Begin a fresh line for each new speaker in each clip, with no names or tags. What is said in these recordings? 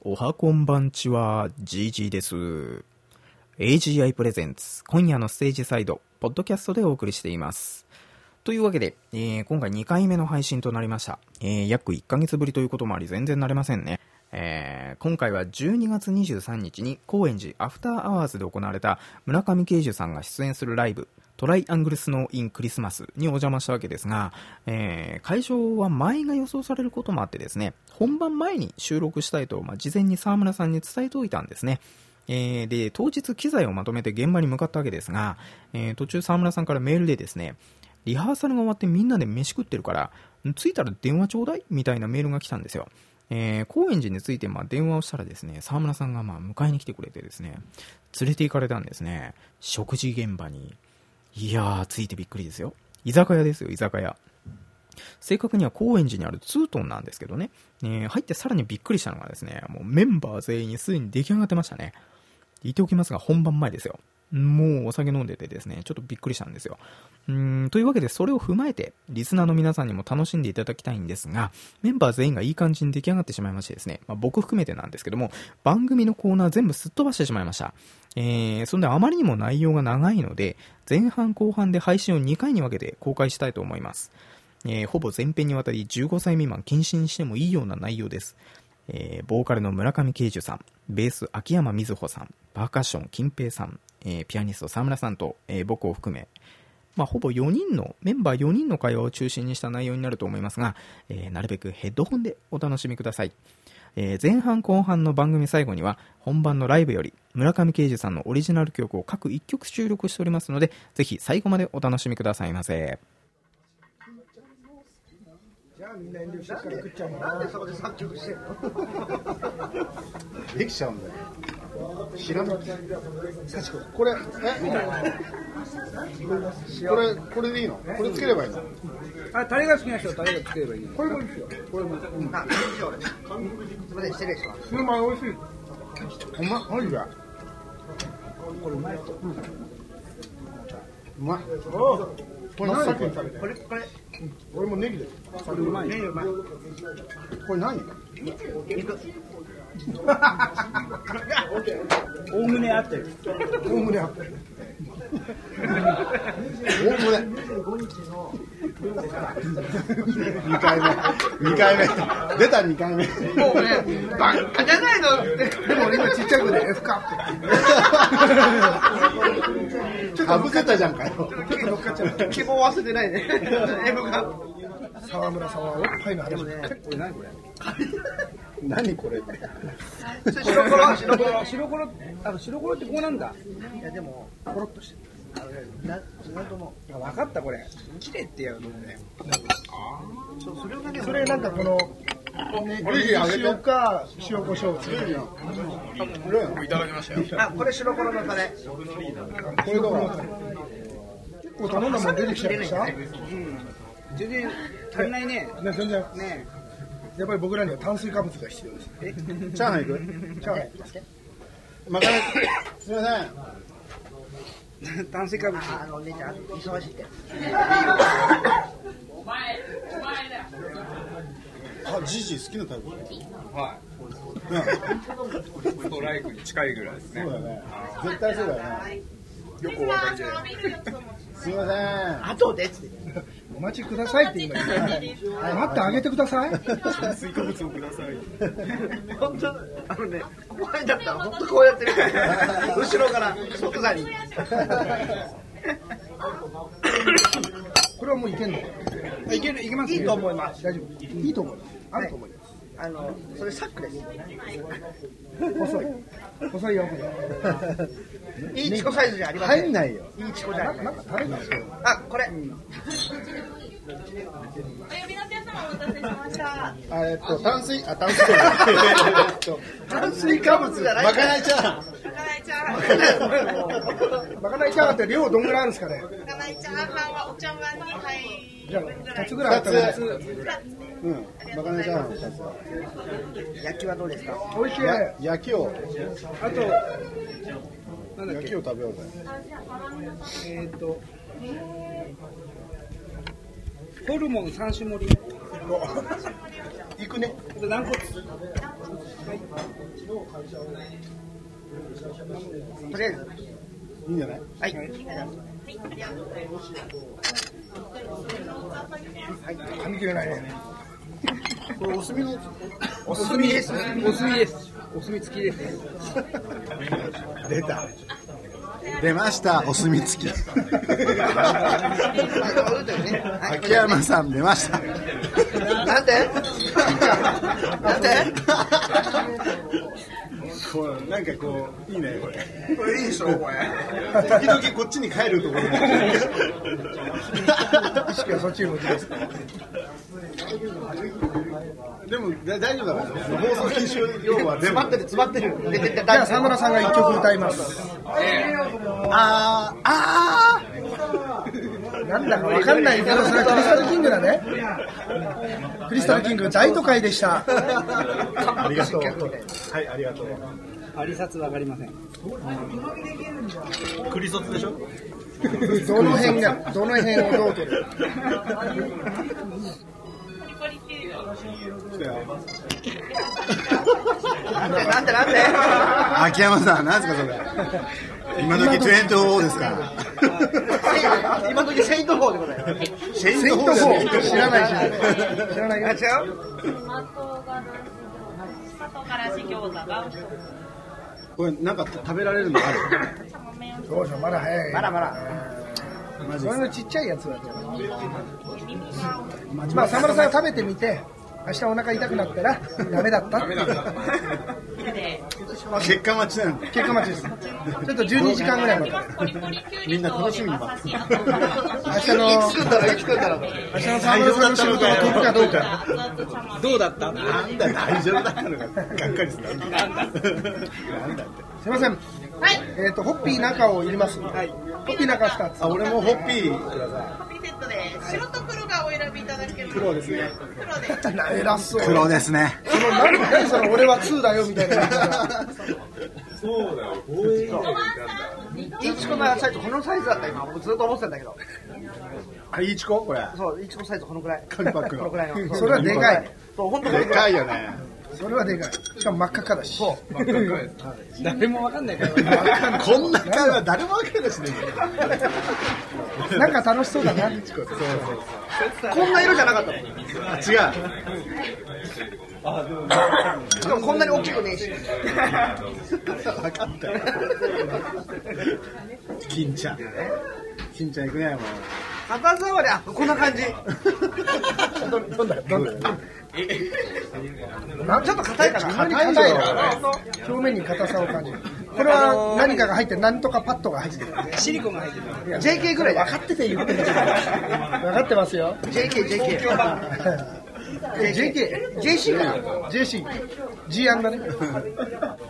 おはこんばんちは、ジージーです。AGI プレゼンツ、今夜のステージサイド、ポッドキャストでお送りしています。というわけで、えー今回2回目の配信となりました。えー約1ヶ月ぶりということもあり、全然慣れませんね。えー今回は12月23日に高円寺アフターアワーズで行われた村上慶樹さんが出演するライブ、トライアングルスノーインクリスマスにお邪魔したわけですが、えー会場は前が予想されることもあってですね、本番前に収録したいと、まあ、事前に沢村さんに伝えておいたんですね。えーで、当日機材をまとめて現場に向かったわけですが、えー途中沢村さんからメールでですね、リハーサルが終わってみんなで飯食ってるから、着いたら電話ちょうだいみたいなメールが来たんですよ。えー高円寺についてまあ電話をしたらですね、沢村さんがまあ迎えに来てくれてですね、連れて行かれたんですね。食事現場に。いやー、ついてびっくりですよ。居酒屋ですよ、居酒屋。正確には高円寺にあるツートンなんですけどね、えー入ってさらにびっくりしたのがですね、もうメンバー全員にすでに出来上がってましたね。言っておきますが、本番前ですよ。もうお酒飲んでてですね、ちょっとびっくりしたんですよ。うーん、というわけで、それを踏まえて、リスナーの皆さんにも楽しんでいただきたいんですが、メンバー全員がいい感じに出来上がってしまいましてですね、まあ、僕含めてなんですけども、番組のコーナー全部すっ飛ばしてしまいました。えー、そんであまりにも内容が長いので、前半後半で配信を2回に分けて公開したいと思います。えーほぼ全編にわたり15歳未満禁止にしてもいいような内容です。えーボーカルの村上慶樹さん、ベース秋山瑞穂さん、パーカッション金平さん、えーピアニスト沢村さんと、えー僕を含め、まあ、ほぼ4人の、メンバー4人の会話を中心にした内容になると思いますが、えーなるべくヘッドホンでお楽しみください。えー前半後半の番組最後には、本番のライブより、村上慶樹さんのオリジナル曲を各1曲収録しておりますので、ぜひ最後までお楽しみくださいませ。
じゃあみんな遠慮してっから食っちゃうもん
なん
な
でそこで作曲してんのできちゃうんだよ知らない
幸子
これえこれこれでいいのこれつければいいの
あタレが好きな人はタレがつければいいこれもいいですよこれも
あ、以上ですすみません、失礼します
シューマイ美味しい
うま、マジで
これうまいこ
うまこれ何これこれこれ俺もネギです
れうまい
ギうまいこれ何
おおむね合ってる
大胸あってる大胸二回目二回目出た二回
も
目
うね、バカじゃないのって。
でも俺今ちっちゃい声で F カップ。ちょっとかぶせたじゃんかよ。
希望忘れてないね。M が。
沢村さんはおっぱいの話これ何これ
何これ。
白黒、白黒。
白黒あの白黒ってこうなんだ
いやでも、
コロッとしてる
あのね、な、なんとも、
あ分かったこれ切れってやるのね
そう、それがね、
それなんかこの塩か塩コショウつける
あ、これ白黒のタレ。
これがもう結構頼んだもん出てきちゃいましたね
全然足りないね。
全然
ね
やっぱり僕らには炭水化物が必要です
チャーハン行く。チャーハン。まかない。すみません。
え、炭水化物。あの、お姉ちゃん、忙しいって。
あ、ジジイ好きなタイプ。
ストライクに近いぐらいですね。
そうだね。絶対そうだよね。
よくお分かりで。
すみません。
あとでっつって。
お待ちくださいって今言ったはい待ってあげてください
追加物をください。
本当あのね、ここにだったら本当こうやってるから。後ろから、即座に。
これはもういけんのいけるいけますいいと思います大丈夫いいと思いますあると思いま
あの、それサックです。
す細い細いよこ
いいチコサイズじゃありません。
入んないよ。
いいチコじゃ
れな
な。
いなんかタレが
あ、これ。
お呼びの皆様お待たせしました。
あ、えっと、炭水、あ、炭 水じゃない。えっと
炭水化物じゃない。
まかないチャーハン。
まかないチャーハン。
まかないチャーハンって量どんぐらいあるんですかね
まかないチャーハンはお茶碗に入
じゃあ
るぐ
2
らい
つ。ぐらいあったら
二つうん。まかないチャーハン二つだ。
焼きはどうですか
美味しい
や焼きを
あとなんだっ
焼
け
きを食べようぜ。
えーっとホルモン三種盛り
行くね。
あと軟骨
とりあえず、
いいんじゃない
はい。
ありがとうございます。
噛み切れないね。これお墨の
おすすめです。
お墨です。お墨付きです。
出た出ましたお墨 付き秋山さん出ました
なんで なんで
こうなんかこういいねこれ
これいいでしょこれ
時々こっちに帰るところも
意識はそっちに向きます。
でもだ大丈夫だから放送禁止用語は出
詰まってる、詰まってる。で、で、で、
じゃあ、沢村さんが一曲歌います。
あーあ
なんだかわかんないけど、それはクリスタルキングだね。クリスタルキング大都会でした。
ーありがとうはいありがとう
ありさつわかりません。
クリソツでしょ
どの辺が、どの辺をどう取る
ポリポリっていう。
なんで、なんで
秋山さん何ですかそれ今時24ですから
今時セイントフォーでございます。
セイン
セイン
ト
ト
フ
フ
ォー
ォー知らないし。知らない
あ、
よ。
違う
トが里からし餃子が。
これなんか食べられるのある
どうしよう、まだ早い。
まだまだ。
マジ
そ
で
れのちっちゃいやつだと。まあ、沢村さんが食べてみて、明日お腹痛くなったら、ダメだったって
結果待ちなの
結果待ちです。ちょっと12時間ぐらいまで。
ポリポリきゅう
みん
り
な
と
楽し
レ
みに
バ
待
刺
つ
しあとバラと
明日の、
作ったら、生きてたら。
明日の沢村さんの仕事が飛ぶかどうか。
熱々茶碗
どうだった
なんだ大丈夫だったのかがっかりするなんだって
すいません。
はい。
えっ、と、ホッピー中を入れます。はい。ホッピー中2つ。
あ俺もホッピーください
コピーセットです。白と黒がお選びいただけます。
黒ですね
黒で。
偉そう。その
黒ですね
何何その俺は2だよみたいなやつが。
そうだよ防衛だ
インチコのサイズ、このサイズだった、今。僕ずっと思ってたんだけど。
あいいちここれ
そう、インチコサイズ、このくらい。
紙パック
こ
の
の くらいの。
それはでかい。
そう、本当こ
で
のくら
か
い。
いよね
それはでかい。しかも真っ赤っかだし。そう。
誰もわかんないから。
こんな会話誰もわかるしね
なんか楽しそうだな。
こんな色じゃなかったもん。
あ違う
しかもこんなに大きくねえし。
分かったよ金ちゃん金ちゃん行くねもう
肌触り、あ、こんな感じ。
どんだどんだ
ちょっと硬いかな。
硬いよ。表面に硬さを感じる。これは何かが入って、何とかパッドが入ってる。
シリコンが入ってる。
JK ぐらいだ
分。かってて言ってるじゃん。分かってますよ。
JK、JK。JK、JC かな。
JC。G アンだね。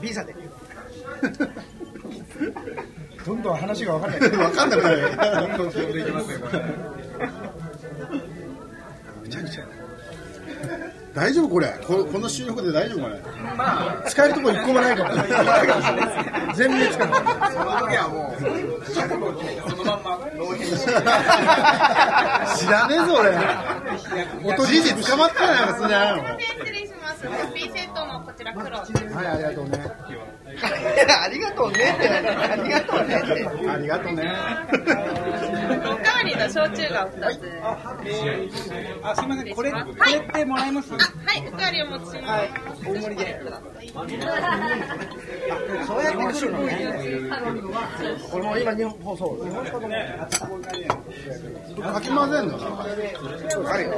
ビザ で。
どんどん話が分かんない。
分かんなくな るよ
どんどん飛んでいきますよこれ
大丈夫これここの収録で大丈夫これ
使えるとこ一個もないから。全部使う。
知らねえぞ俺音じじ捕まったらなんかすんじゃないの
失礼します。コピーセットのこちら黒です。
はいありがとうね
ありがとうねってなんだありがとうねって。
ありがとうね
おかわりの焼酎がお二つ。あ、
あ、すみません。これ、これってもらえます
はい、おかわりお持ちします。大盛りで。
そうやって来るのね。これも今日本放送。
かき混ぜんのか
あるよ。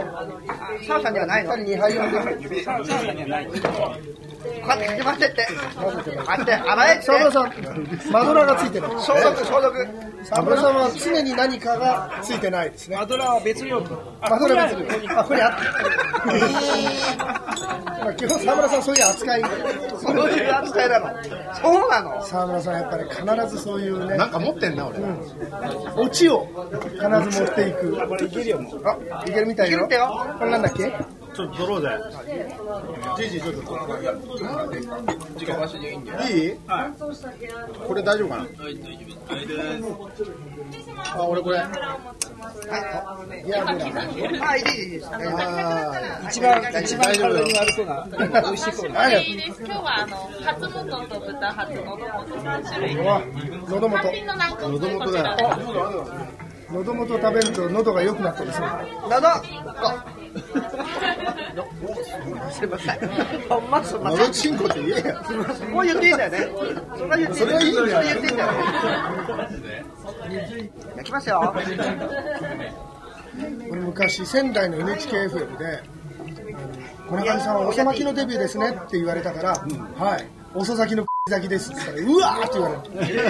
サーさんにはないの。に杯を指。サーさんにはない。待って待ってって。待って洗えって。
沢村さん、マドラーがついてない。
消毒消毒。
沢村さんは常に何かがついてないですね。
マドラーは別料理。あ
マドラー別に。あ、これあった。まあ基本沢村さんそういう扱い。
そういう扱いなの。そうなの。
沢村さんやっぱり必ずそういう
な
ね、
なんか持ってんな俺
オチを必ず持っていく。
これいけるよ、もう。
あ、いけるみたい
いける
よ
ってよ。
これなんだっけ
ちょっと取ろうぜ。じいじ、ちょっと取ろう。いいこれ大丈夫かなあ、俺これ。いや、もうだ
あ、いいいいいい。
あー
一番、一番
大丈夫
体
よ
に。悪そうな。美味しそうな。
いいです。今日はあの初元と豚初のど元三種類で。
喉元
単。品の軟骨
喉
でこ
元
ちら
だ
で
よ。
喉元食べると喉が良くなったりする。
なな、あすいません。ほんますいませ
喉
ん。
チンコって言えよ。
もう言っていいんだよね。それは言っていいんだよ。それは言っていいんだよ。焼きますよ。
俺昔仙台の NHKFM で「この感じさんは遅咲きのデビューですね」って言われたから「はい遅咲きの咲きです」って言ったら「うわ!」って言わ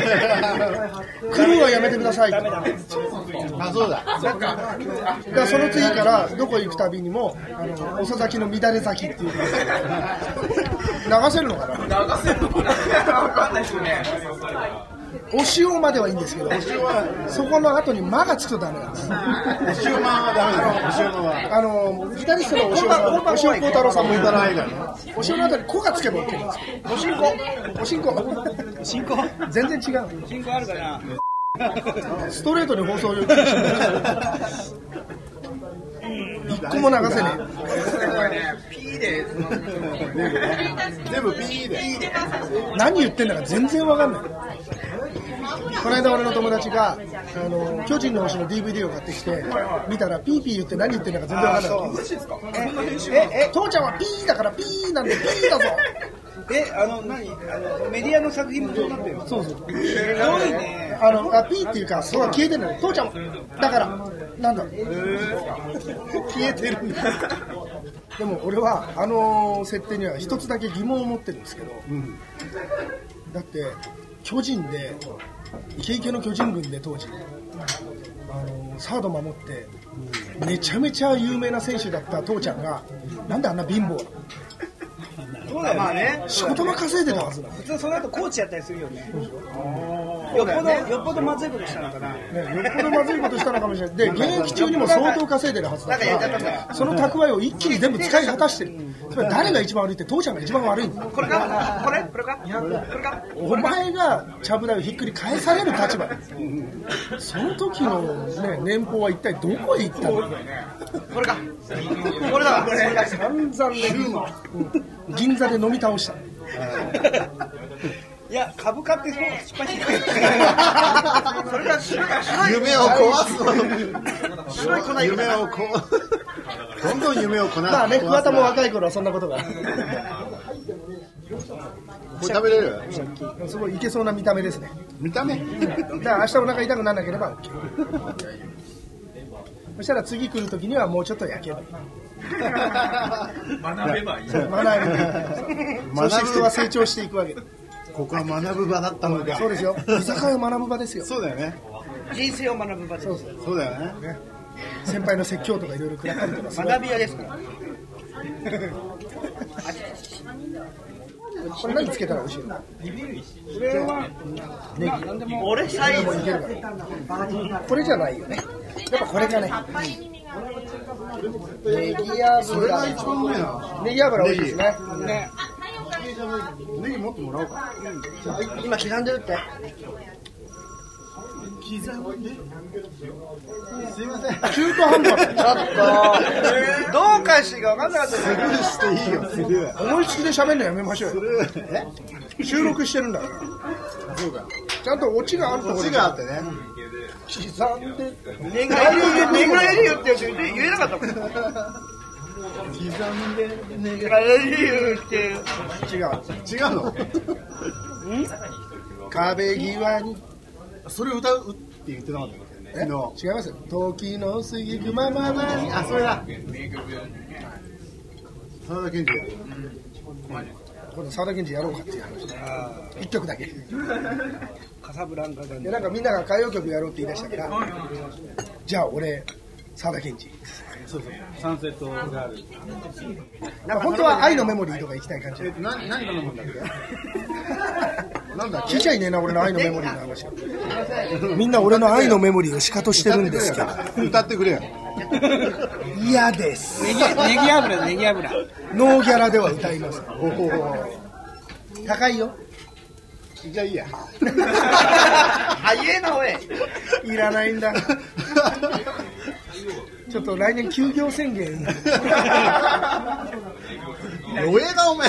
れて「来るはやめてください」って
あ、そうだ。
だからその次からどこ行くたびにも「あの遅咲きの乱れ咲き」っていう 流せるのかな
わかんないですよね。
お塩まではいいんですけどそこの後に「間」がつくとダメなんです
お塩まんはダメだよ。お塩まんは。
あのギタリストのお塩さんお塩幸太郎さんもい
い
た
た
ら
だいたの。
お塩のあたり「こ」がつけば OK なんですけどおしんこおしんこ
進行
全然違う
進行あるかな
ストレートに放送を要求してる一個も流せね
これね、ピーで、
全部ピーで。
え何言ってんだか全然わかんないこの間俺の友達が「あの巨人の星」の DVD を買ってきて見たらピーピー言って何言ってんだか全然わかんないええ父ちゃんはピーだからピーなんでピーだぞ
えあの何あのメディアの作品もそうなってる
そうそう
すごいね
あのあピーっていうかそこは消えてんだよ父ちゃんはだからなんだろう
消えてるんだ。
でも俺はあの設定には一つだけ疑問を持ってるんですけど、だって巨人でイケイケの巨人軍で当時あのサード守ってめちゃめちゃ有名な選手だった父ちゃんがなんであんな貧乏なの
そうだよね,、まあ、ね
仕事も稼いでたはずなの
普通その後コーチやったりするよねよっぽどよっぽどまずいことしたのかな
ね、よっぽどまずいことしたのかもしれないで現役中にも相当稼いでるはずだからその蓄えを一気に全部使い果たしてるつまり誰が一番悪いって父ちゃんが一番悪いんだ
これかこれこれかこれか
お前がちゃぶ台をひっくり返される立場だよその時の、ね、年俸は一体どこへ行ったの
これかこれだわこれ
散々で、うん銀座で飲み倒した
いや株価ってそう失敗し
それが白が白い
夢を壊
白い粉
すの。
いる
夢をこどんどん夢をこな。
まあね
壊すな
桑田も若い頃はそんなことが
これ食べれる
すごいいけそうな見た目ですね
見た目
だから明日お腹痛くならなければ OK そしたら次来る時にはもうちょっと焼けばいい
学べ ばいい。
学びそして人は成長していくわけだ
ここは学ぶ場だったのか
そうですよ居酒屋を学ぶ場ですよ
そうだよね
人生を学ぶ場です
そうだよね
先輩の説教とかいろいろくらったりとかする
学び屋ですから
これ何つけたら美味しいの
俺サイズ
いけるからこれじゃないよねやっぱこれがねネギ
それ
油
が一番うまいな
ネギ油美味しいですね
ね
ネギ持ってもらおうか
今刻んでるって
すいません
中途半端
ちょっとどう返していいか分かんなかったです
スルーしていいよスルー
思いつきで喋るのやめましょうよ
え
収録してるんだから
そうか
ちゃんとオチがあるとこ
こ
ろ
っ
で
ちがあってね
刻んで
年賀よ年賀よって言えなかったもん年賀よって
違う
違うの
壁際に
それ歌うって言ってなかった
え違い
昨
ますよ時の過ぎくまままに
日あそれだ真田健二だ
今度沢田研二やろうかっていう話一曲だけで
カサブランカがね
なんかみんなが歌謡曲やろうって言い出したからじゃあ俺沢田研二
サンセットがある
なんか本当は愛のメモリーとか行きたい感じ
えっとな何頼むんだっけなんだっ
聞いちゃいねえな俺の愛のメモリーの話をみんな俺の愛のメモリーをシカとしてるんですけど
け歌ってくれよ
嫌です
ネギネギ油だネギ油
ノーギャラでは歌いません高いよ
じゃあいいや。
早えな、おい。
いらないんだちょっと来年休業宣言
弱えな、お前。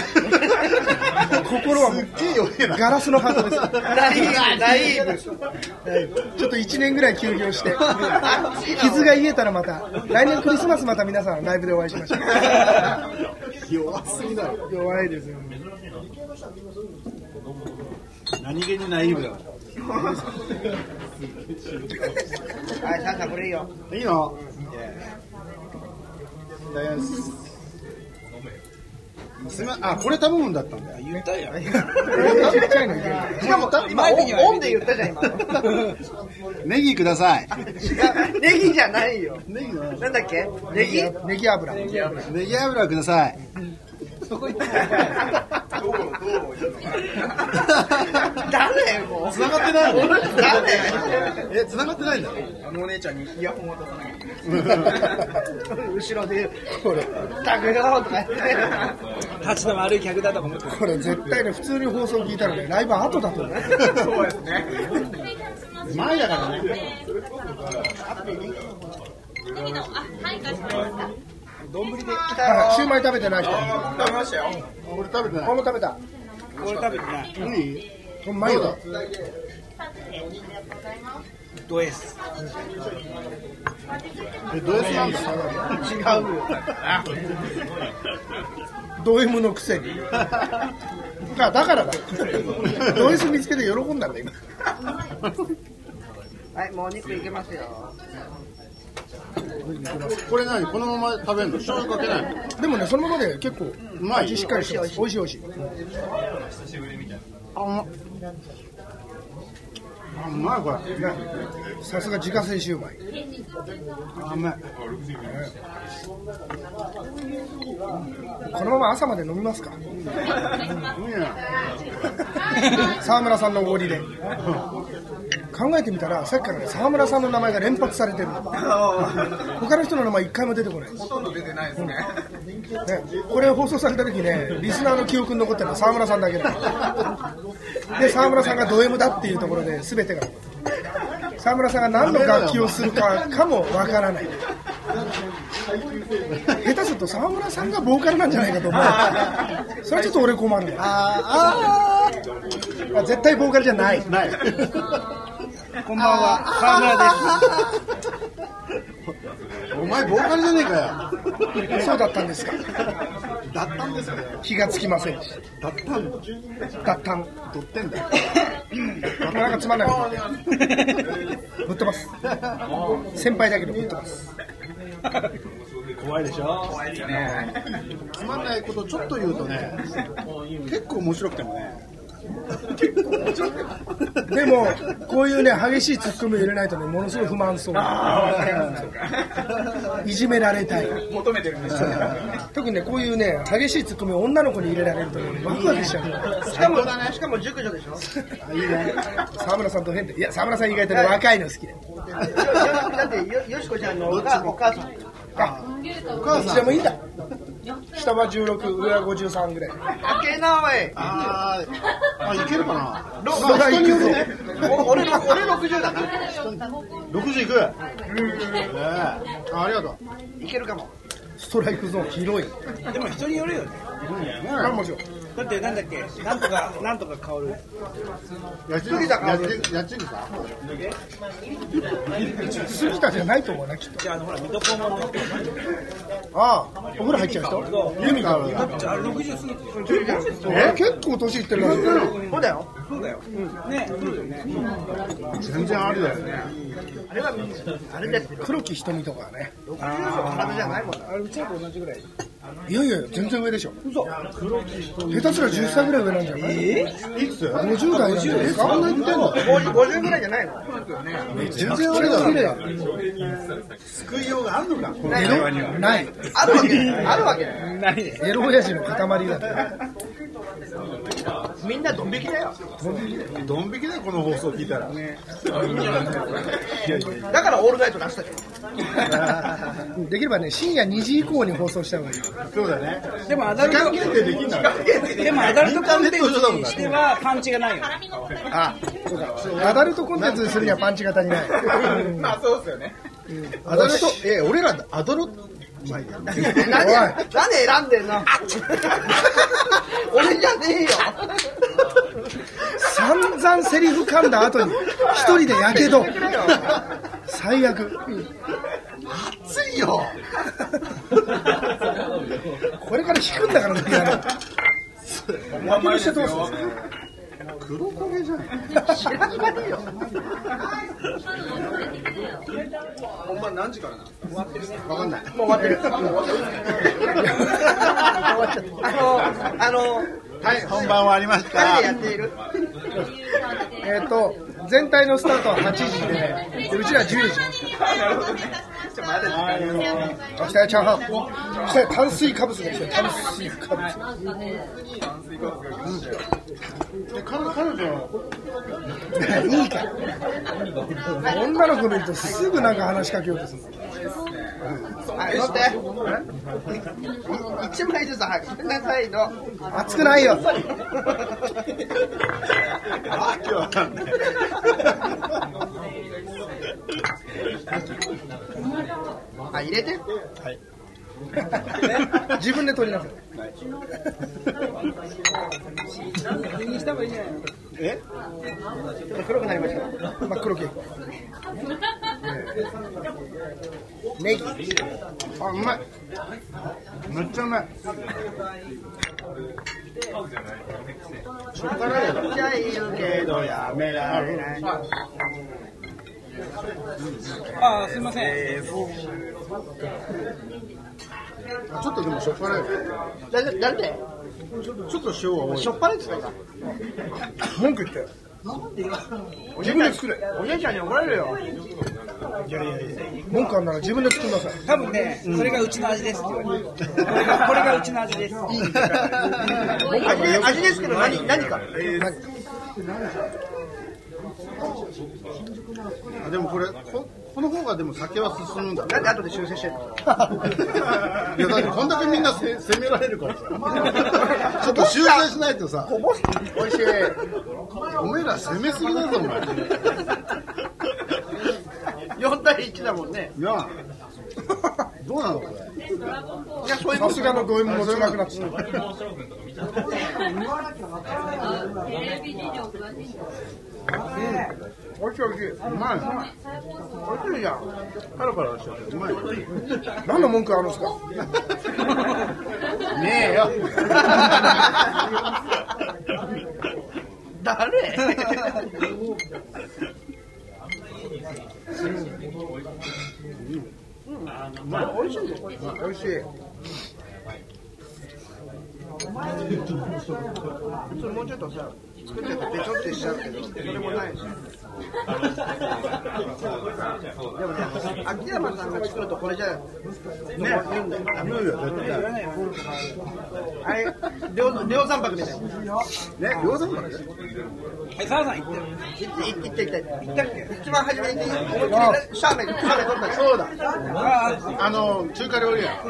心はも
す
う
っげえ弱えな。
ガラスのハートです
ライブ、ライブ。
ちょっと1年ぐらい休業して
あっち
傷が癒えたらまた来年クリスマスまた皆さんライブでお会いしましょ
弱すぎだろ。
う弱いですよね
何気にナイーブだか
はい、サンタこれいいよ。
ら。いいのいただきます。すまあ、これ頼むんだったんだよ。
言ったやん
ちっちゃいのいける
しかも、今、オンで言ったじゃん、今の。
ネギください。
違うネギじゃないよ。
ネギは
なんだっけネギ
ネギ油
ネギ油ください。
誰よ、も
繋がってないの
う。誰
え、繋がってないんだ
のお姉ちゃんにイヤホン渡さなきゃいけない。
後ろで、これ、タグローとか言って。
立ちの悪い客だとか思って
これ絶対ね普通に放送聞いたらねライブ後だと思う
そうですね。
前だからね。
次の、あ、はい、かしこまりました。
シューマイ食べてない人
あ食べましたよ。
俺食べてない
これ。も食べた
これ食べてない
こ
何
れマヨだ
ド S
え、ド S なんだ違うよ。
ド M のくせにあだからだド S 見つけて喜んだんだ今
はい、もうお肉いけますよ。
これ何このまま食べるの醤油かけないの
でもねそのままで結構
うまい
味しっかりしてます美味しい美味しい
あ、うまいあ、うまいこれ。
ねさすが自家製シューマイ
あ、うまい。
このまま朝まで飲みますか
いいね。
沢村さんのおごりで考えてみたらさっきからね沢村さんの名前が連発されてる他の人の名前一回も出てこないです
ほとんど出てないですね。
ね、これ放送された時ね、リスナーの記憶に残ってるのは沢村さんだけだ。で、沢村さんがド M だっていうところで全てが。沢村さんが何の楽器をするかかもわからない。下手すると沢村さんがボーカルなんじゃないかと思う。それはちょっと俺困るな。
あー、
あ絶対ボーカルじゃない。
あーない。
こんばんは沢村です
お前、ボーカルじゃねえかよ。
そうだったんですか。
だったんですよね。
気がつきませんし。
だったんだ。
だったん。
取ってんだよ。
なかなかつまんないこと。ぶっ飛ばす。先輩だけどぶっ飛ばす。
怖いでしょ
つまんないことちょっと言うとね、結構面白くてもね、
でも、こういうね、激しいツッコミを入れないとね、ものすごい不満そう。いじめられたい。
求めてるんですよ。
特にね、こういうね、激しいツッコミを女の子に入れられるとね、ワクワクしちゃう。
しかも、しかも熟女でしょ
沢村さんと変で。いや、沢村さん意外とね、若いの好きで。
だって、よ、よしこちゃんのお母お母さん。
あ、お母さん。どっちでもいいんだ。下は16、上は53ぐらい。
開けな、おい。
あー、あ、いけるかな
ロロがいくぞ。
お俺の、俺60だな。
?60 いくねえあ、ありがとう。
いけるかも。
ストライクゾーン広い。
でも人によるよね
あ、もちろん。
だってなんだっけなんとか なんとか香る
やっちりだから。やっちりさ。
杉田じゃないと思うな、きっと。
じゃああのほら水戸黄門の
ああ、お風呂入っちゃう人
ユミカだ。
じゃああれ60過ぎてる
え結構年いってるな。
そうだよ。
そうだよねそうだよね
全然ありだよね。
あれは、あれです。
黒木瞳とかね。
体じゃないもんな。
あれうちらと同じぐらい
いやいや、全然上でしょ。嘘。下手すら10歳ぐらい上なんじゃない
いくつ
?50 代なんじゃないです
そんな
か
に似てんの
50 50ぐらいじゃないの
全然ありだよ。救いようがあんのか。
ない。
あるわけない。あるわけない。
ないね
エロ親父の塊だった。
みんなドン引きだよ。
ドン引きだよこの放送聞いたらね
だからオールナイト出したじゃん。
うんできればね、深夜2時以降に放送した方がいい。
そうだね
でもアダルト
限定できんだから
でもアダルトコンテンツにしてはパンチがないよね
アダルトコンテンツにするにはパンチが足りない。
まあそうですよね。
アダルトえ俺らアダルトまあいい や
なんで、なんで選んでんの 俺じゃねえよ。
散々セリフ噛んだ後に、一人でやけど。最悪。
熱いよ
これから弾くんだからね、ピアノ
名前してどうする
黒焦げじゃん
ほんま何時からなんですか
わかんない
もう終わってる。もう終わっちゃった。あの、あの、
はい本番終わりまし
誰
た
でやっている
えっと、全体のスタートは8時で、でうちら10時。明日はチャーハン。明日は炭水化物が来て、炭水化物。
で彼女はい
いから女の子見るとすぐなんか話しかけようとする
あれして。一枚ずつ早く食べなさいの。
熱くないよ
わけわかんない
あ、入れて。
自分で取りなさい
え
黒くなりました。
真っ黒系
ネギ。
あうまいめっちゃうまいしょっぱないよ
じゃあいいよ
けどやめられない
ああすいません
ちょっとでもしょっぱないよ
だだ誰で
ちょっと塩は多い
しょっぱいですか
文句言ったよ
自分で作れ
お姉ちゃんに怒られるよ。
文句あんなら自分で作りなさい
多分ねそれがうちの味ですって言われるこれがこれがうちの味です
味で味ですけど何、何か。
あでもこれここの方がでも酒は進むんだ
な
ね
んで後で修正してんの
いやだってこんだけみんなせ責められるからさちょっと修正しないとさおいしいおめえら攻めすぎだぞお前
?4 対1だもんね。
いやどうなのこれ
いや、そういう
さ
こ
すがの同意も強くなってきた
テレビ事情詳しいんだ
おいしいおいしいうまい
とじゃん。
パラパラしちゃってうまい
何の文句あるんですか
ねえよ
誰
おいしい
それもうちょっとさ、作っててべちょってしちゃうけど、それもないし。でもね、秋山さんが作るとこれじゃ、ね、言うんだよ。
言うよ絶対
あれ、量量産泊みたいな。
ね餃子もね
はい澤さん言ってる
いいいったいったいった。いったっけ一番初めに、思いっきりシャーメン、シャーメン取ったそうだ。
ああ
あの中華料理屋う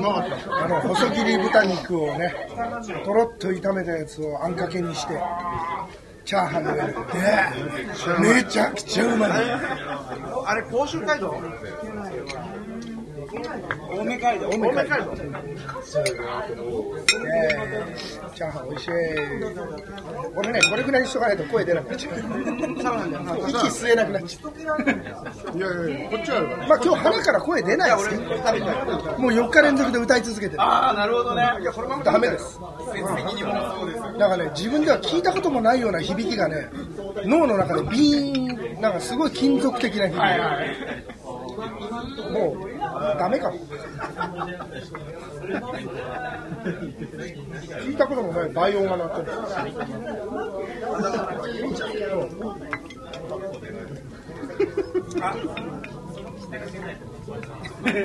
まかった
あの細切り豚肉をねとろっと炒めたやつをあんかけにしてチャーハンの上にでめちゃくちゃうまい
あれ、甲州街道
青梅街道
青梅街道
ねチャーハン美味しい俺ねこれぐらいにしとかないと声出なくなっちゃう息吸えなくなっちゃう
いやいやいやこっちはあるから
まあ今日鼻から声出ないですけど
食べたい。
もう4日連続で歌い続けてる
ああ、なるほどね。いや、これも
ダメです
季節的にもそうですよ。
なんかね自分では聞いたこともないような響きがね脳の中でビーンなんかすごい金属的な響き、もうダメかも聞いたこともない倍音が鳴ってる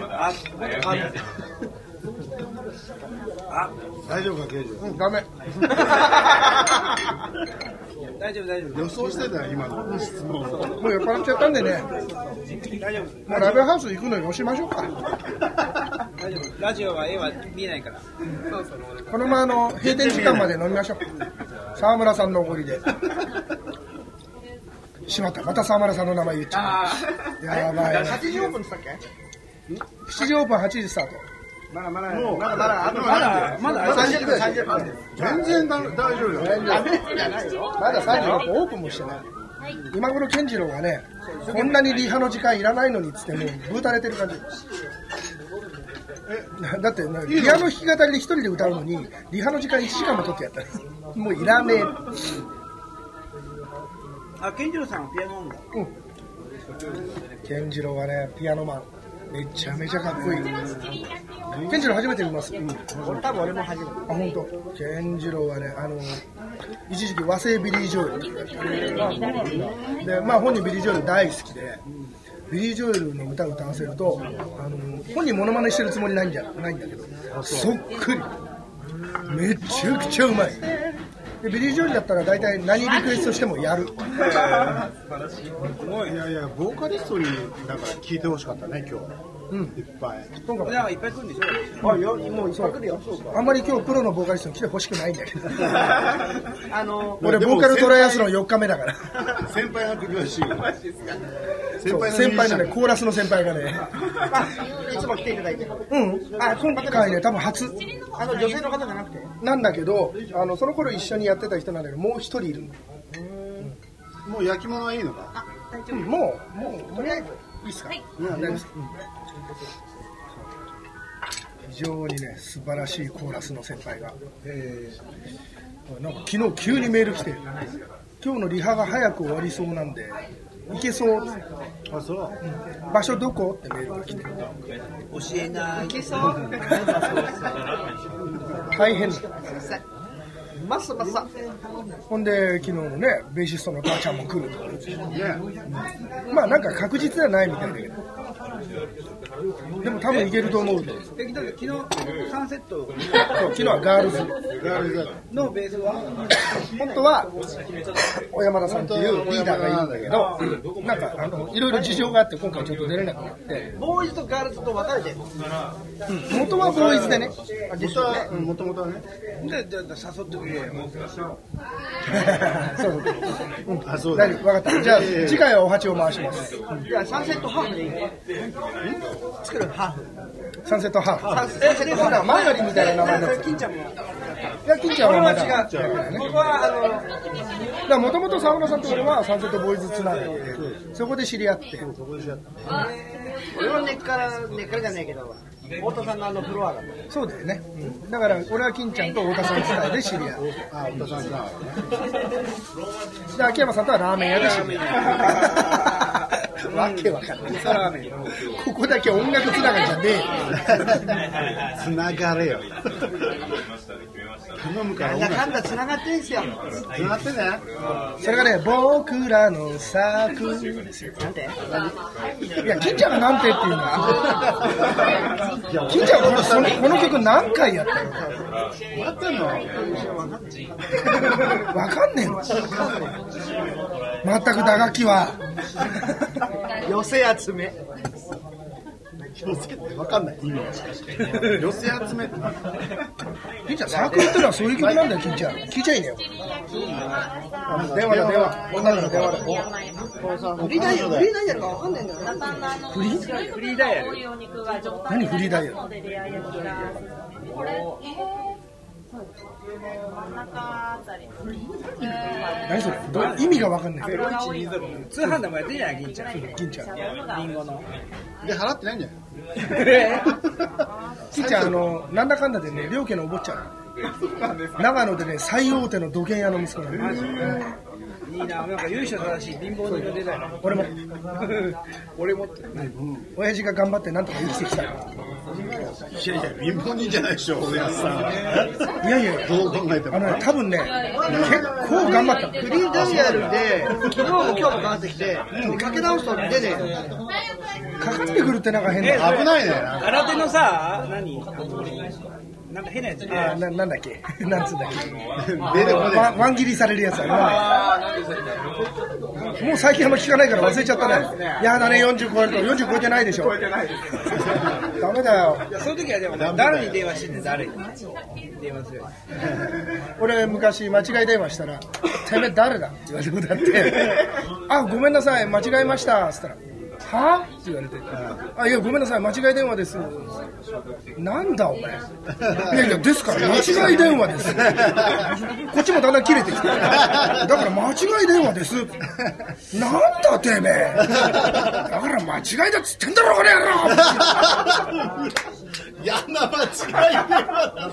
ああ
大丈夫か刑事
うん、ダメ。
大丈夫大丈夫
予想してたよ今の質問を
もう酔っ払っちゃったんでね、
大丈夫
もうラベハウス行くのよしましょうか。
大丈夫ラジオは絵は見えないから
このままあの閉店時間まで飲みましょう。沢村さんのおごりで。しまった、また沢村さんの名前言っちゃう。やばい、ね。
8時オープンしたっけ
7時オープン、8時スタート。
もうまだまだまだまだ30分30分全然だ大丈夫よ
まだ36分オープンもしてない。今頃健次郎がね、こんなにリハの時間いらないのにっつってもうぶーたれてる感じ。えだってなリハの弾き語りで一人で歌うのにリハの時間1時間も取ってやったらもういらねえ
あ健次郎さんはピアノなんだ
健次郎はねピアノマンめちゃめちゃかっこいい健次郎初めて見ます、うん、
多分俺も初めて
あ本当。健次郎はねあの一時期和製ビリー・ジョエルって言われてでまあ本人ビリー・ジョエル大好きでビリー・ジョエルの歌を歌わせるとあの本人モノマネしてるつもりないんじゃないんだけどそっくりめちゃくちゃうまいでビリー・ジョエルだったら大体何リクエストしてもやる
いやいやボーカリストになんか聞いてほしかったね今日うんいっぱい
今回
俺らはいっぱい来るんでし ょ
あいやもういっぱい来るよあんまり今日プロのボーカリストに来てほしくないんだけど
あの
俺ボーカルトライアスロン4日目だから
先輩が来るらしいよ先
そう
輩の
先輩のねコーラスの先輩がね
あいつも来ていただいてあ
うんあ今回ね多分初
の女性の方じゃなくて
なんだけどあのその頃一緒にやってた人なんだけどもう一人いるの
もう焼き物はいいのか
うんもうもうとりあえずいいっすか、うん大丈夫ですうん非常にね素晴らしいコーラスの先輩が、えーなんか昨日急にメール来て今日のリハが早く終わりそうなんで行けそう
あそう
場所どこってメールが来て
教えないけそう
大変だ
マッサマッサ
ほんで昨日のねベーシストのばあちゃんも来るとか言って
ね
まあなんか確実ではないみたいだけどでも多分いけると思うと
え昨日サンセット
そう昨日はガールズ
ガールズだから
のベースは
本当は小山田さんっていうリーダーがいるんだけど、なんかあのいろいろ事情があって、今回ちょっと出れなくなって、
ボーイズとガールズと別れて
元はボーイズでね、
元はうん元々はね
でじゃあ誘ってくれよ
そう
あそ
そうう、
だ
大丈夫、分かった、じゃあ次回はお鉢を回します、
じゃあサンセットハーフでいいね作るハーフ
サンセットハーフ、
サンセットハーフ
マヨリみたいな名前になって
金ちゃんも
いや、金ちゃんはまだ、だか
僕はあの
らもともと沢村さんと俺はサンセットボーイズつながりで、そこで知り合って、
俺は根っから根っからじゃねえけど太田さんのあのフロアだった
そうだよね、うんだから俺は金ちゃんと太田さんつながりで知り合って。
あ太田さんさ
で秋山さんとはラーメン屋でしょ。 わけわかんない。ラーメン。ここだけ音楽つながりじゃね
つながれよ頼むから
なん
音
だ
楽
かんだ繋がってんすよ
つな がってね
えよ。それがね、僕らのサークルですよ。
なんて
いや、金ちゃんがなんてっていうの。金ちゃんはこのそのこの曲何回やったよ。
やってんの
わかんねえの。全く打楽器は。
寄せ集め
寄せってわかんない意味が寄せ集めってなんだ
金ちゃん、サークルってのはそういう曲なんだよ、金ちゃん。聞いちゃいねよ。電話だ、電話。女の子の電話だ。
フリーダイヤルフリーダイヤルかわかんないんだよな
フリーフリーダイヤル
何フリーダイヤル
これ真ん中あたり
何それどう意味がわかんない。
油が多いので
通販でもやってんじゃない銀ちゃん
金ちゃん。
リンゴの
で払ってないんじゃない
金ちゃん、あの、なんだかんだでね、両家のお坊ちゃん、長野でね、最大手の土建屋の息子なの。
いいな、なんか優秀正しい、貧乏人が出ないな。
俺も、
俺もって。
親父が頑張ってなんとか生きてきたか
いやいや、貧乏人じゃないでしょ、俺はさ。
ら。いやいや、
どう考えても
あ。のね、多分ね、結構頑張った。
フリーダイヤルで、昨日も今日もかかってきて、かけ直すと出ねえよ。
かかってくるってなんか変だ。
危 ないね。なんか
空手のさ、何なんか変なやつね。
あななんだっけ なんつうんだっけ
出てこ
ワ
ない
ンワン切りされるやつだなもう最近あんま聞かないから忘れちゃったねやだね40超えると40超えてないでしょダメだよ
いやそういう時はでも、誰に電話してんだよ、誰に。電話するよ。
俺昔間違い電話したら「てめえ誰だ?」って言われることあって「あごめんなさい間違えました」っつったら「はって言われて「あいやごめんなさい間違い電話です」なんだお前いやいやですから間違い電話ですこっちもだんだん切れてきてだから間違い電話ですなんだてめえだから間違いだっつってんだろこの野郎
嫌な間違い電話だ。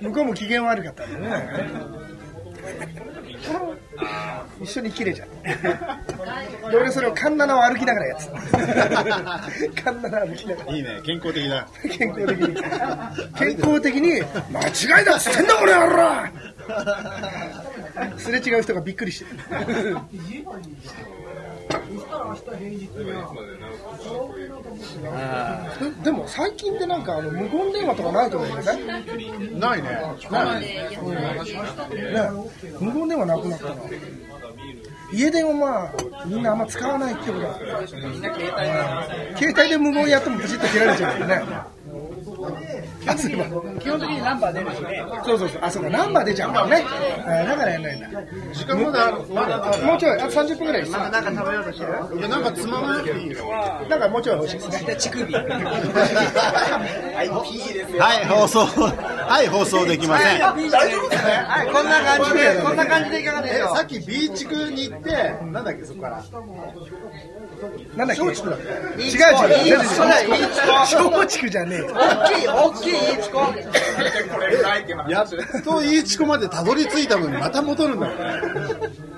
向こうも機嫌悪かったんだね。一緒に切れちゃった。で、俺それをカンナナを歩きながらやってた。カンナナ歩きながら。
いいね、健康的だ。
健康的に。健康的に、間違いだっつってんだこれ野郎すれ違う人がびっくりしてる。ででも最近ってなんかあの無言電話とかないと思いません
ないね。
ね、無言電話なくなったな家電をまあみんなあんま使わないってことだ携帯で無言やってもブチッと切られちゃうからねあそういえば
基本的にナンバー出るしね。
そうそうそうあそうかナンバー出ちゃうからねあだからやんないんだ
時間まだある。まだある。
もうちょいあと30分ぐらいですなん
なんか食べようとしてる
いや、なんかつままなくていいよ。
かもうちょい欲しいですね
乳首。
はい、放送。はい、放送できません。
はい、こんな感じで、こんな感じでいかがで
え
しょう
さっき B 地区に行って、なんだっけ、そこから。
なんだっけ違う違う
いい
違う違う
いいそれ、いい
松竹じゃねえ
大きい、大きい、いいチコ。
やっと E 地区までたどり着いたのに、また戻るんだよね。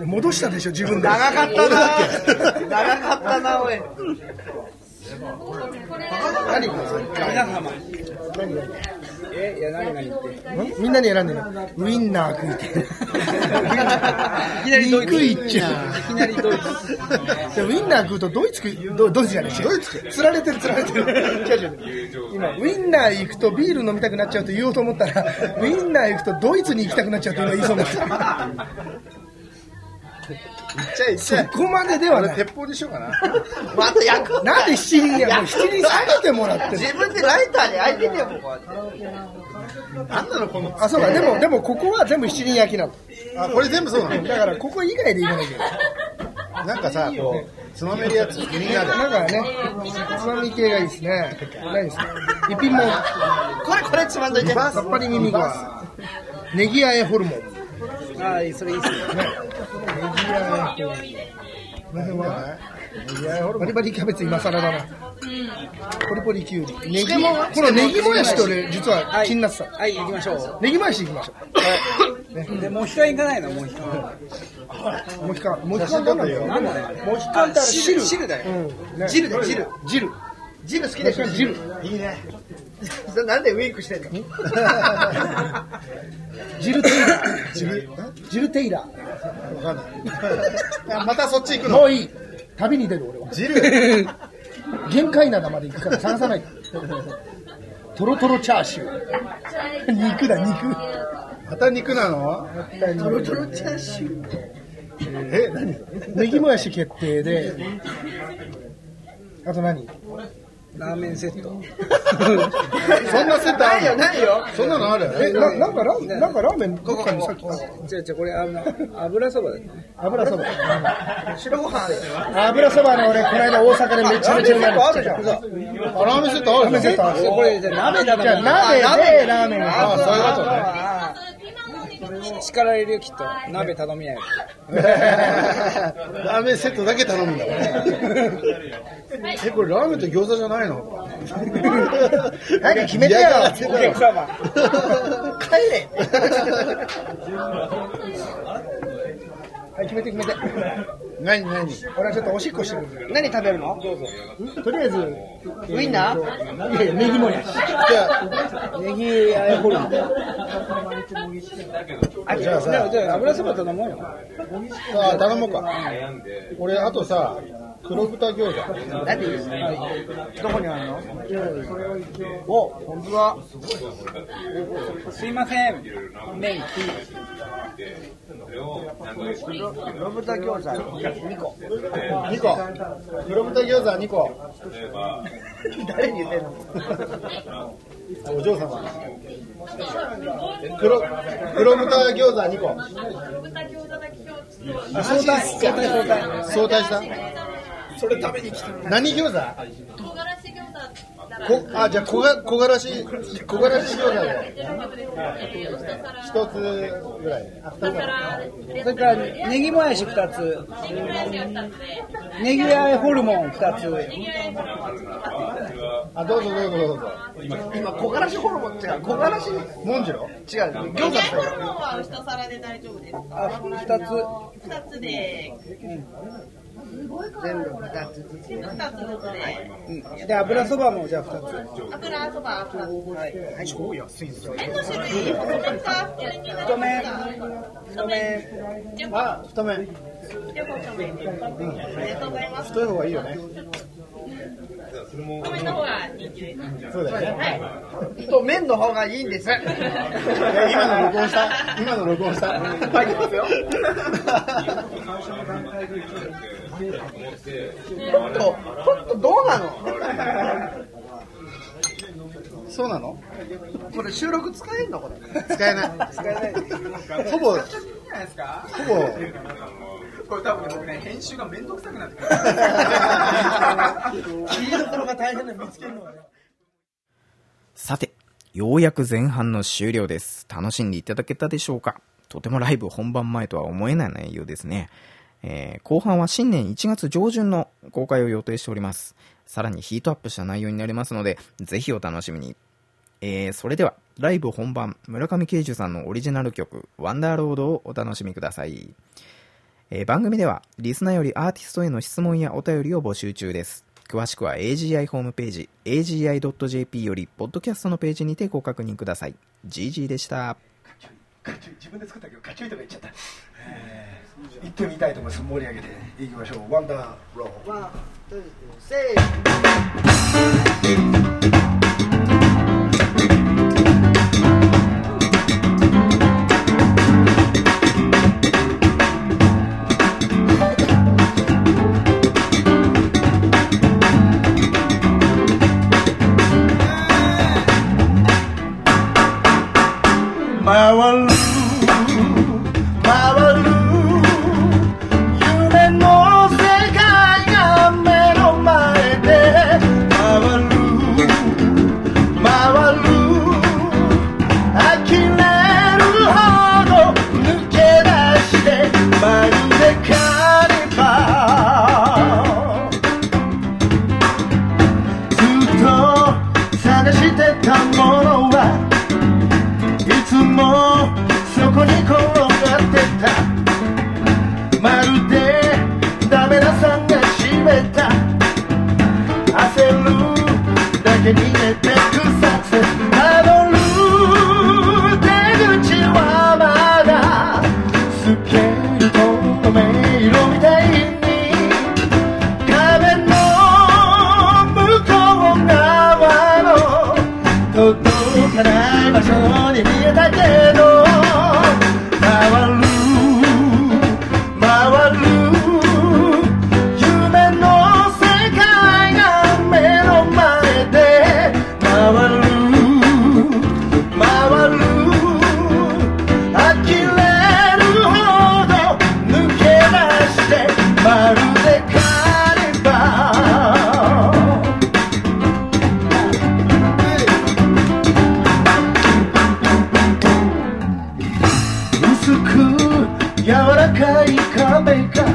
戻したでしょ自分で
長かったな 長かったな、おい。
何これ
皆様。え、いや、何何って。
みんなに選んでるウインナー食いて
いきなりドイツ。
いっちゃう
いきなりドイツ。
でウインナー食うとドイツ食いドドイツじゃないドイツ釣られてる釣られてる違う違う今ウインナー行くとビール飲みたくなっちゃうと言おうと思ったらウインナー行くとドイツに行きたくなっちゃうと今言いそうになった
行っちゃえ、行っちゃ
そ
え。
こまででは
俺
ない
鉄砲にしようかな。
また焼く
なんで七輪やもう七輪下げてもらってる
自分でライターで焼いてんだよ、ここは。
なんなのこの。
あそうかでもでもここは全部七輪焼きなの
あ、これ全部そうなの
だからここ以外でいかなきゃいけない
なんかさ、こう、つまめるやつ、みんな
だ
で。
からねつまみ系がいいですねないですね一品も
これ、これつまんどいて。
さっぱり耳がネギあえホルモン
ああ、それいいっすね。
バリバリキャベツ今更だな。ポリポリきゅうり。ネギもこのネギもやしと俺実は気になってた。
はい、行きましょう。
ネギもやしいきましょ
で、もう一回行かないの、もう一回。
う。もう一回もう一回なんだよ。
なんだよ。
もう一回だ
汁、汁だよ。
よ。
汁だよ、汁。
汁。も
汁好き
う
で
一
しょ
回汁。
それなんでウィンクしてんの
汁テイラー。汁汁テイラ
わかんない。あまたそっち行く
ー。
の
もういい。旅に出る俺は。汁。限界灘まで行くから探さないと。トロトロチャーシュー。肉だ肉。
また肉なの
トロトロチャーシュー。え、何ネギもやし決定で、あと何
ラーメンセット。
そんなセットあ
ないよ、
るの
ないよ。
そんなのあ
え、
る
ななんかラーメン、なんかラーメン、どっかにさっき、
違う違う、これ、あの、油そばだよ。
油そば。
白ご飯あるよ。
油そばね、俺、この間大阪でめちゃめちゃうまいの
あるじゃん。
そう
あラーメンセットあ
ラーメ
る
ンセッ
の
トある
これ、じゃあ鍋食べ
じゃ
た
あ、
ら。
鍋でラーメンを
あそういうことね。
あ叱られるよ、きっと。鍋頼みないよ。
ラーメンセットだけ頼むんだから。え、これラーメンと餃子じゃない の
何決めてよ
嫌がらせ
お
だよ
客様。
帰れ
はい、決めて決めて。
何何
俺はちょっとおしっこしてくるんだけ
何食べるの
ど。とりあえず、
ウインナー
いやいや、ネギもやし。
じゃ
ネギ、あやほり。
あ、じゃ
じゃあ、
あさ
じ、ゃあ油そば頼もうよ。
さあ頼もうか。俺、あとさ、黒豚餃子。
何どこにあるの
お、本当だ。すいません。麺9。
ロブタ餃子2個
2個。黒豚餃子2個。
誰に言ってんの
お嬢様。黒、黒豚餃子2個。
豚餃子だけ今日ちょっと
相対相対相対相対した
それ食べに
何餃子
唐辛子餃子だら
こあ、じゃあ小が、小柄し、小柄し餃子で。
一皿
一つぐらい。あ、二つ。
それから、ネギもやし2つ。
ネギフライが2つで
ネギあえホルモン2つ。
ネギフライが2つ
あ、どうぞどうぞどうぞ。
今小辛子ホルモン違う小辛子違う
モンジュロ
餃
ネギ
子
フライホルモンは一皿で大丈夫ですか
あ、2
2つで
全部2つずつね
2つずつで
つ。で、油そばもじゃあ2つ。
油そば2つ
はい。
麺の種類細麺かそれに
太麺。太
太麺
麺。
じゃあ
あ、太麺。
じゃあ太麺ありがとうございます
太い方がいいよね。
太麺の方が人気です
そうだよね。
と麺の方がいいんです
え今の録音した今の録音した
入ってますよほんとほんとどうなの
そうなの
これ収録使えんのこれ
使えない。
使えない
ほぼ、ほ
じゃないですか
ぼ、
これ多分僕ね編集がめんどくさくなってくる
切りどころが大変で見つけるのはね。
さて、ようやく前半の終了です。楽しんでいただけたでしょうかとてもライブ本番前とは思えない内容ですね。えー後半は新年1月上旬の公開を予定しております。さらにヒートアップした内容になりますので、ぜひお楽しみに。えーそれでは、ライブ本番、村上慶樹さんのオリジナル曲、ワンダーロードをお楽しみください。えー番組ではリスナーよりアーティストへの質問やお便りを募集中です詳しくは AGI ホームページ AGI.jp よりポッドキャストのページにてご確認ください GG でした
自分で作ったけどカチュイとか言っちゃったえー行ってみたいと思います盛り上げていきましょうワンダーロー
せーの
回る回る夢の世界が目の前で回る回る呆れるほど抜け出してまるでカニバずっと探してたものはいつもそこに転がってたまるでダメなさんが閉めた焦るだけ逃げてくさつたどる出口はまだ透ける透明色みたいに壁の向こう側の届かない場所に見えたけど回る回る夢の世界が目の前で回る回る呆れるほど抜け出してまるでカリバー「メーカー